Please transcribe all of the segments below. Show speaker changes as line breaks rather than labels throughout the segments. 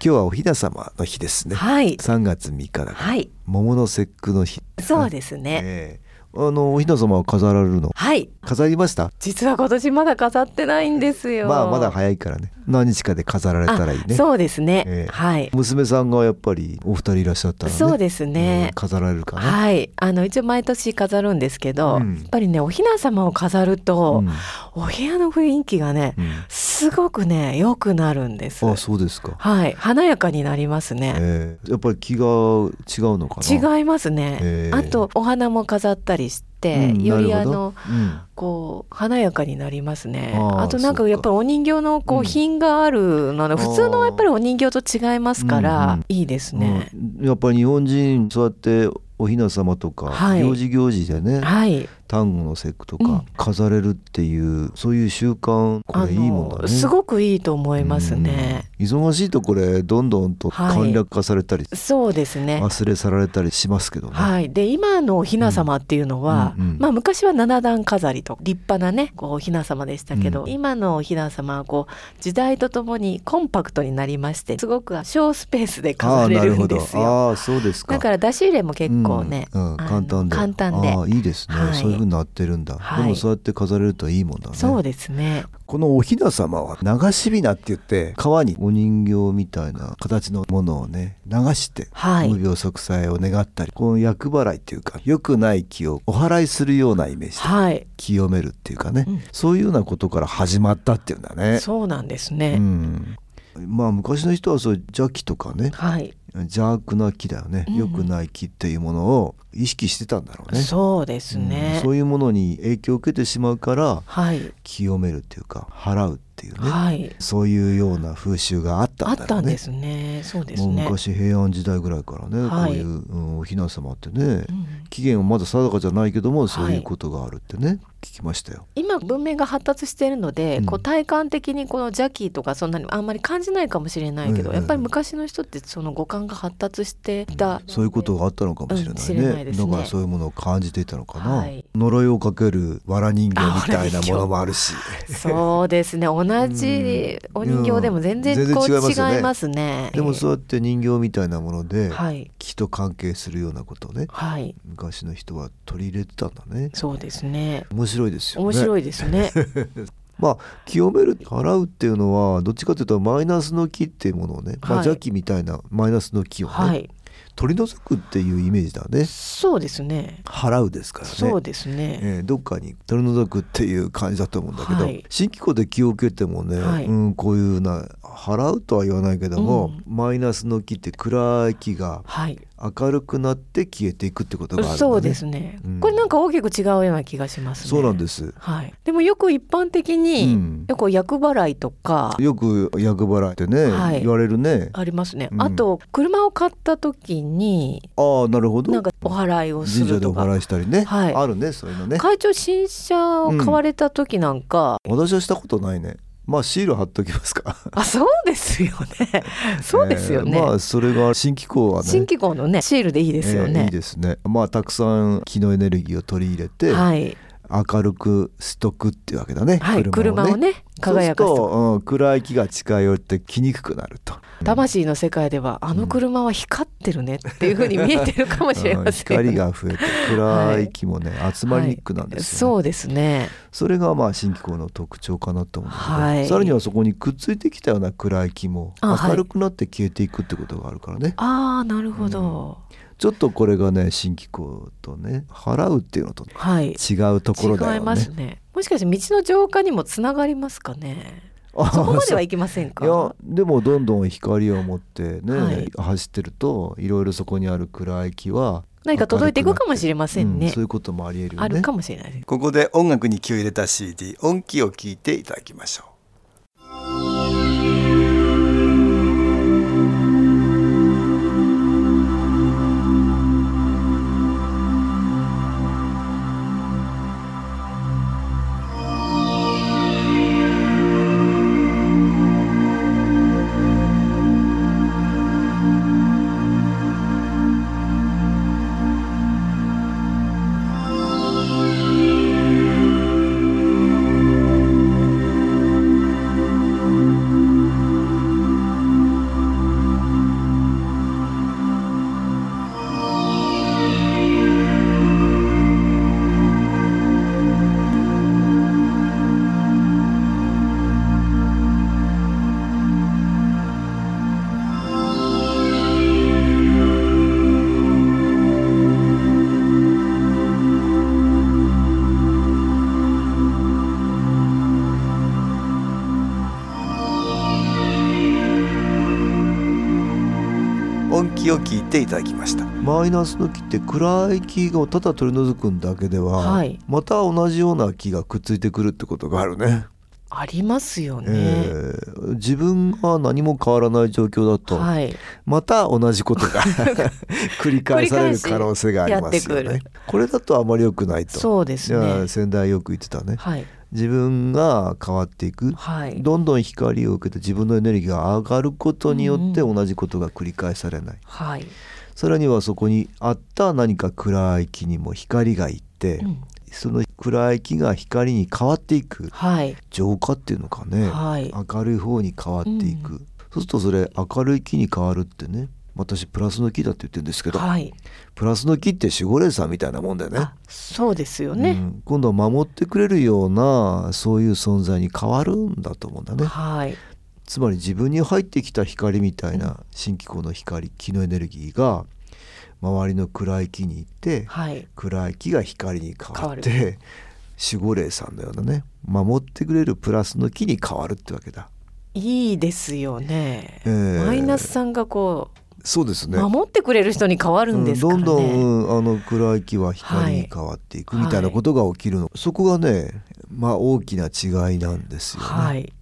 今日はおひな様の日ですね、
はい、
3月3日だから、
はい、
桃の節句の日
そうですね。
ええあのおひな様は飾られるの
はい、
飾りました
実は今年まだ飾ってないんですよ。
まあまだ早いからね何日かで飾られたらいい
あ
ね
そうですね。
ええ
はい、
娘さんがやっぱりお二人いらっしゃったらね
そうですね
うん飾られるかな、
はい、あの一応毎年飾るんですけど、
うん
やっぱりね、お雛様を飾る
う
と、
ん
お部屋の雰囲気がね、
う
すごくね、良くなるんです。
ん、あそうですか、
はい、華やかになりますね。
ええやっぱり気が違うのかな
違いますね。
ええ
あとお花も飾ったりし
うん
て、より
な
あ
るほ
の
どうん
こう華やかになりますね
あー
あとなん
そう
か
か
やっぱりお人形のこ
うん
う品があるの、ね普通のやっぱりお人形と違いますか
うんう
ら
ん
いいですね、
うんやっぱり日本人そうやってお雛様とか、
はい
行事行事でね
はい
端午の節句とか、
うん
飾れるっていうそういう習慣これいいもんだね
すごくいいと思いますね、
うん忙しいとこれどんどんと
はい
簡略化されたり、
そうですね
忘れ去られたりしますけどね、
はい、で今のお雛様っていうのは、
うんうんうん
まあ、昔は七段飾りと立派なねこうお雛様でしたけど、
うん
今のお雛様はこう時代とともにコンパクトになりましてすごく小スペースで
あ
飾
あ
れ
な
る
る
ん
ほど
ですよ。
ああそうですか
だから出し入れも結構ね、
うんうん
あの
簡単で
簡単で
ああいいですね、
はい
そういう風になってるんだ、
はい
でもそうやって飾れるといいもんだね
そうですね
このおひな様は流しびなって言って川にお人形みたいな形のものをね流して、
はい
無病息災を願ったりこの厄払いっていうか良くない気をお祓いするようなイメージで
はい
清めるっていうかね、
うん
そういうようなことから始まったっていうんだね。
そうなんです
う
ね、
んまあ昔の人はそういう邪気とかね
はい、
邪悪な気だよね、
うん
良くない気っていうものを意識してたんだろうね。
そうです
うん
ね、
そういうものに影響を受けてしまうから
はい、
清めるっていうか払うっていうね、
はい
そういうような風習があった
あ
ん
っ
だろ
た
うんね。
ですねそうです
もう
ね
昔平安時代ぐらいからね、
は
こ
い
ういう、うんおひな様ってね、
うん
起源はまだ定かじゃないけどもそうい
は
う
い
ことがあるってね、聞きましたよ。
今文明が発達しているので、
うん
こう体感的にこの邪気とかそんなにあんまり感じないかもしれないけど、
うん
やっぱり昔の人ってその五感が発達していた、
そういうことがあったのかもしれないね,、
うん知れないですね
だからそういうものを感じていたのかな、
はい
呪いをかける藁人形みたいな
あ藁人形
ものもあるし
そうですね同じお人形でも
う
全
ん全
然
然
こう
違いますよね
違いますね
でもそうやって人形みたいなもので、
はい
気と関係するようなことをね
はい
昔の人は取り入れてたんだね
そうですね
面白いです よね
面白いですね
まあ清める払うっていうのはどっちかというとマイナスの気っていうものをね、まあ、
はい
邪気みたいなマイナスの気をね、
はい
取り除くっていうイメージだね
そうですね
払うですからね
そうですね
えーどっかに取り除くっていう感じだと思うんだけど、
はい
新機構で気を受けてもね、
はい
うん、こういうような払うとは言わないけども、マイナスの気って暗い気が
はい
明るくなって消えていくってことがあるんだ、ね、
そうですね、
うん
これなんか大きく違うような気がしますね
そうなんです、
はい、でもよく一般的
う
に、
ん
よく厄払いとか
よく厄払いってね、
はい
言われるね
ありますね、
うん
あと車を買った時に
ああなるほど
なんかお祓いをす
神社
る
で
と
お
か
祓いしたりね、
はい
あるねそういうのね
会長新車を買われた時なんか、
私はしたことないねまあシール貼っときますか
あそうですよ ね そうですよね、
えーまあそれが新機構はね
新機構のねシールでいいですよ
えーい
ね
い、ですねまあたくさん気のエネルギーを取り入れて、
はい、
明るくしとくっていうわけだね、
はい、
車を
車
ね
をね輝
そ
か
う
せ
する
て
と、うん、暗い気が近寄ってきにくくなる と
魂の世界ではあの車は光ってるねっていうふうに見えてるかもしれませ
う
ん
ん光が増えて暗い気もね、集まりにくくなるんですよ、ね
そうですね
それがまあ新機構の特徴かなと思うんだけど、
はい
さらにはそこにくっついてきたような暗い気も
あはい
明るくなって消えていくってことがあるからね、
ああなるほど、
ちょっとこれがね新機構とね払うっていうのと
はい
違うところだ
違い
よ
ま
ね
す。ねもしかして道の浄化にもつながりますかねそこまではいきませ
い
ん
や
か
でもどんどん光を持ってね、
はい
走ってるといろいろそこにある暗い木は
何か届いていくかもしれません
う
ね
んそういうこともありえるよね
あるかもしれないです
ここで音楽に気を入れた CD 音気を聞いていただきましょう音気を聞いていただきましたマイナスの木って暗い木をただ取り除くんだけでは、
はい
また同じような木がくっついてくるってことがあるね
ありますよ
え
ね、
ー自分が何も変わらない状況だと、
はい
また同じこと が繰り返される可能性がありますよ
繰り返しや
ね
って
これだとあまり良くないと
そうです
いや
ね
先代よく言ってたね
はい
自分が変わっていく
はい
どんどん光を受けて自分のエネルギーが上がることによって
うん
同じことが繰り返されない、
はい、
さらにはそこにあった何か暗い木にも光がいって、
うん
その暗い木が光に変わっていく
はい
浄化っていうのかね、
はい
明るい方に変わっていく、
う
そうするとそれ明るい木に変わるってね私プラスの木だって言ってるんですけど、
はい
プラスの木って守護霊さんみたいなもんだよね。
あそうですよ
う
ね、
ん今度は守ってくれるようなそういう存在に変わるんだと思うんだね。
はい
つまり自分に入ってきた光みたいな新機構の光気のエネルギーが周りの暗い木に行って
はい
暗い木が光に変わっ
変
て守護霊さんのようなね守ってくれるプラスの木に変わるってわけだ。
いいですよね、
えー
マイナスさんがこ
そうです
う、
ね
守ってくれる人に変わるんですかね、
うんどんどん、うんあの暗い木は光に変わっていく
はい
みたいなことが起きるの、そこがねまあ大きな違いなんですよね、
はい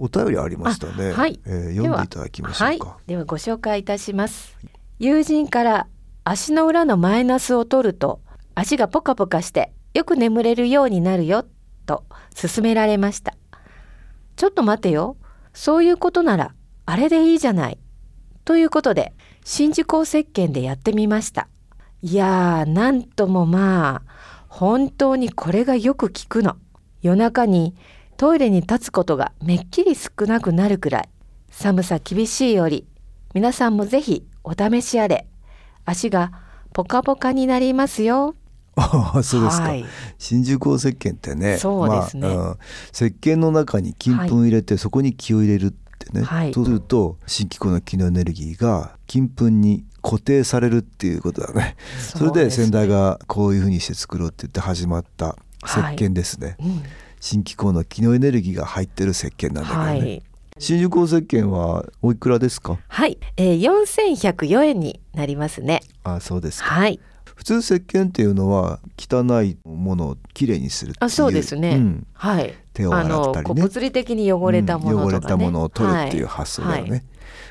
お便りありましたね、
あはい
えー読んでいただきましょうか、
ではご紹介いたします友人から足の裏のマイナスを取ると足がポカポカしてよく眠れるようになるよと勧められましたちょっと待てよそういうことならあれでいいじゃないということで新宿を石鹸でやってみましたいやーなんともまあ本当にこれがよく効くの夜中にトイレに立つことがめっきり少なくなるくらい寒さ厳しいより皆さんもぜひお試しあれ足がポカポカになりますよ
ああそうですか、
はい
新宿港石鹸ってね
そうですね
まあうん石鹸の中に金粉入れて、そこに気を入れるってね、
はい
そうすると新機構の気のエネルギーが金粉に固定されるっていうことだねそれで先代がこういうふうにして作ろうって言って始まった石鹸ですね、
うん
新機構の機能エネルギーが入ってる石鹸なんだけどね、
はい、
新宿港石鹸はおいくらですか
はいえー、4104円になりますね
あそうですか
はい
普通石鹸っていうのは汚いものをきれいにするっていう
あそうですね、
うん
はい
手を洗った
あの
り
こう
ね
物理的に汚れたもの
うん
とか、ね
汚れたものを取るっていう
は
発想だよね、
は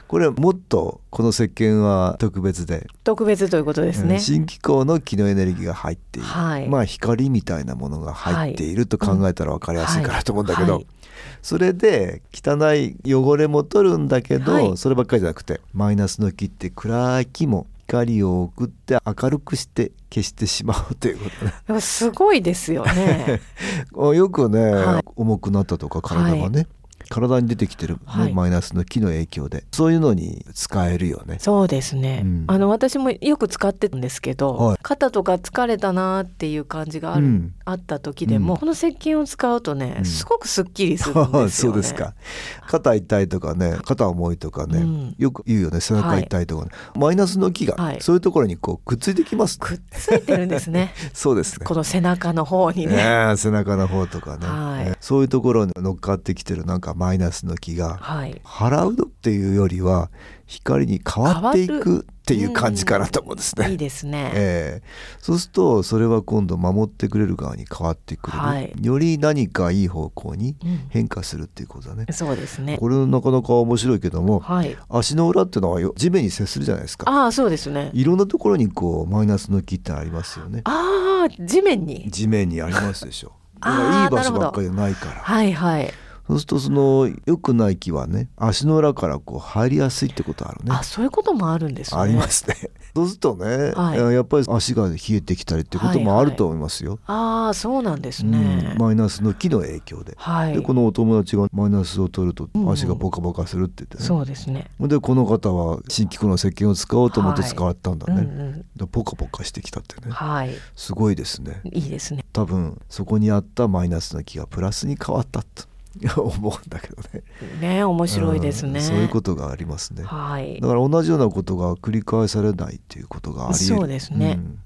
これはもっとこの石鹸は特別で
特別ということです
うん
ね、
新機構の機能エネルギーが入っている、
はい
まあ光みたいなものが入っていると考えたら分かりやすいか
は
ないと思うんだけど、
はい
それで汚い汚れも取るんだけど、
はい
そればっかりじゃなくてマイナスの木って暗い木も光を送って明るくして消してしまうということね
でもすごいですよね
あよくね、
はい
重くなったとか体がね、体に出てきてる、ね
はい
マイナスの気の影響でそういうのに使えるよね
そうですね、
うん
あの私もよく使ってたんですけど、
はい
肩とか疲れたなーっていう感じがある、
うん
あった時でも、
うん
この石鹸を使うとね、
うん
すごくすっきりするんですよ ね
そうですか肩痛いとかね肩重いとかね、
うん
よく言うよね背中痛いとかね、マイナスの気が、
はい
そういうところにこうくっついてきます
くっついてるんです ね
そうですね
この背中の方にね
ねえ背中の方とかね、
はい
ねそういうところに乗っかってきてるなんかマイナスの気が
はい
払うのっていうよりは光に変わってい
変
くっていう感じかなと思うんですね。
いいですね、
ええそうするとそれは今度守ってくれる側に変わってくれる、
はい
より何かいい方向に
うん
変化するっていうことだね。
そうですね
これなかなか面白いけども
はい
足の裏っていうのはよ地面に接するじゃないですか。
ああそうですね
いろんなところにこうマイナスの気ってありますよね。
ああ地面に
地面にありますでしょ。だ
あー
からいい場
なる
所
ほど
ばっかりじゃないから。
はいはい
そうするとその良くない気はね足の裏からこう入りやすいってことあるね。
あそういうこともあるんですね
ありますね。そうするとね、
はい
やっぱり足が冷えてきたりってこともあると思いますよ。
ああそうなんですね、
うんマイナスの気の影響で。
はい
でこのお友達がマイナスを取ると
うん
足がボカボカするって言ってね。
そうですね
でこの方は新機構の石鹸を使おうと思って使ったんだね。
うん
でポカポカしてきたって
うん
ね。
はい
すごいですね。
いいですね
多分そこにあったマイナスの気がプラスに変わったと 思うんだけどね。
ね面白いですね、
うんそういうことがありますね。
はい
だから同じようなことが繰り返されないっていうことがあり得る
そうですね
ん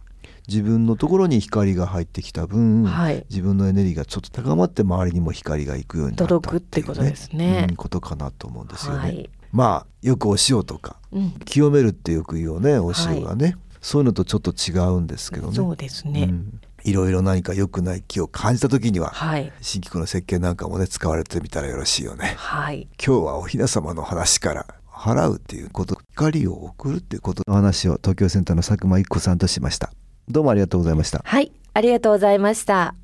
自分のところに光が入ってきた分、
はい
自分のエネルギーがちょっと高まって周りにも光が行くようになった
届くってことですね
うんことかなと思うんですよね。
はい
まあよくお塩とか
うん
清めるってよく言うよねお塩がね、そういうのとちょっと違うんですけどね。
そうですね、
うんいろいろ何か良くない気を感じた時には、
はい
新規の石鹸なんかもね使われてみたらよろしいよね。
はい
今日はお雛様の話から払うっていうこと光を送るっていうことの話を東京センターの佐久間一子さんとしましたどうもありがとうございました
はいありがとうございました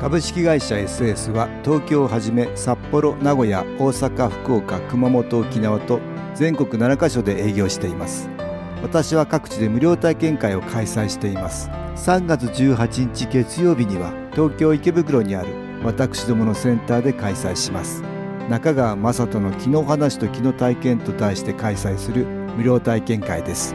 株式会社 SS は東京をはじめ札幌名古屋大阪福岡熊本沖縄と全国7カ所で営業しています私は各地で無料体験会を開催しています3月18日月曜日には東京池袋にある私どものセンターで開催します中川雅人の気の話と気の体験と題して開催する無料体験会です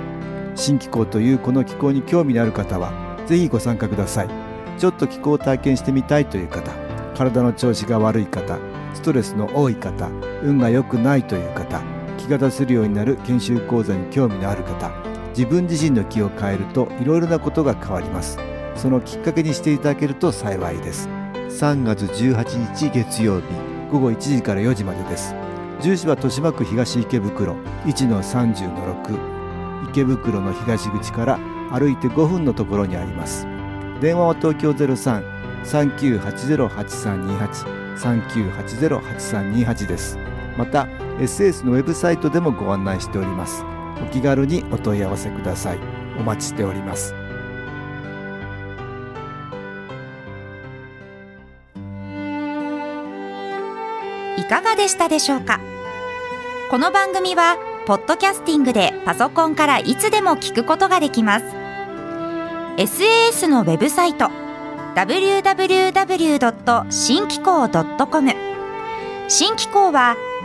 新気候というこの気候に興味のある方はぜひご参加くださいちょっと気候を体験してみたいという方体の調子が悪い方ストレスの多い方運が良くないという方気が出せるようになる研修講座に興味のある方自分自身の気を変えるといろいろなことが変わりますそのきっかけにしていただけると幸いです3月18日月曜日午後1時から4時までです住所は豊島区東池袋1-30-6池袋の東口から歩いて5分のところにあります電話は東京ゼロ三三九八ゼロ八三二八三九八ゼロ八三二八です。また SS のウェブサイトでもご案内しております。お気軽にお問い合わせください。お待ちしております。
いかがでしたでしょうかこの番組はポッドキャスティングでパソコンからいつでも聞くことができます SAS のウェブサイト www. 新機構 .com 新機構は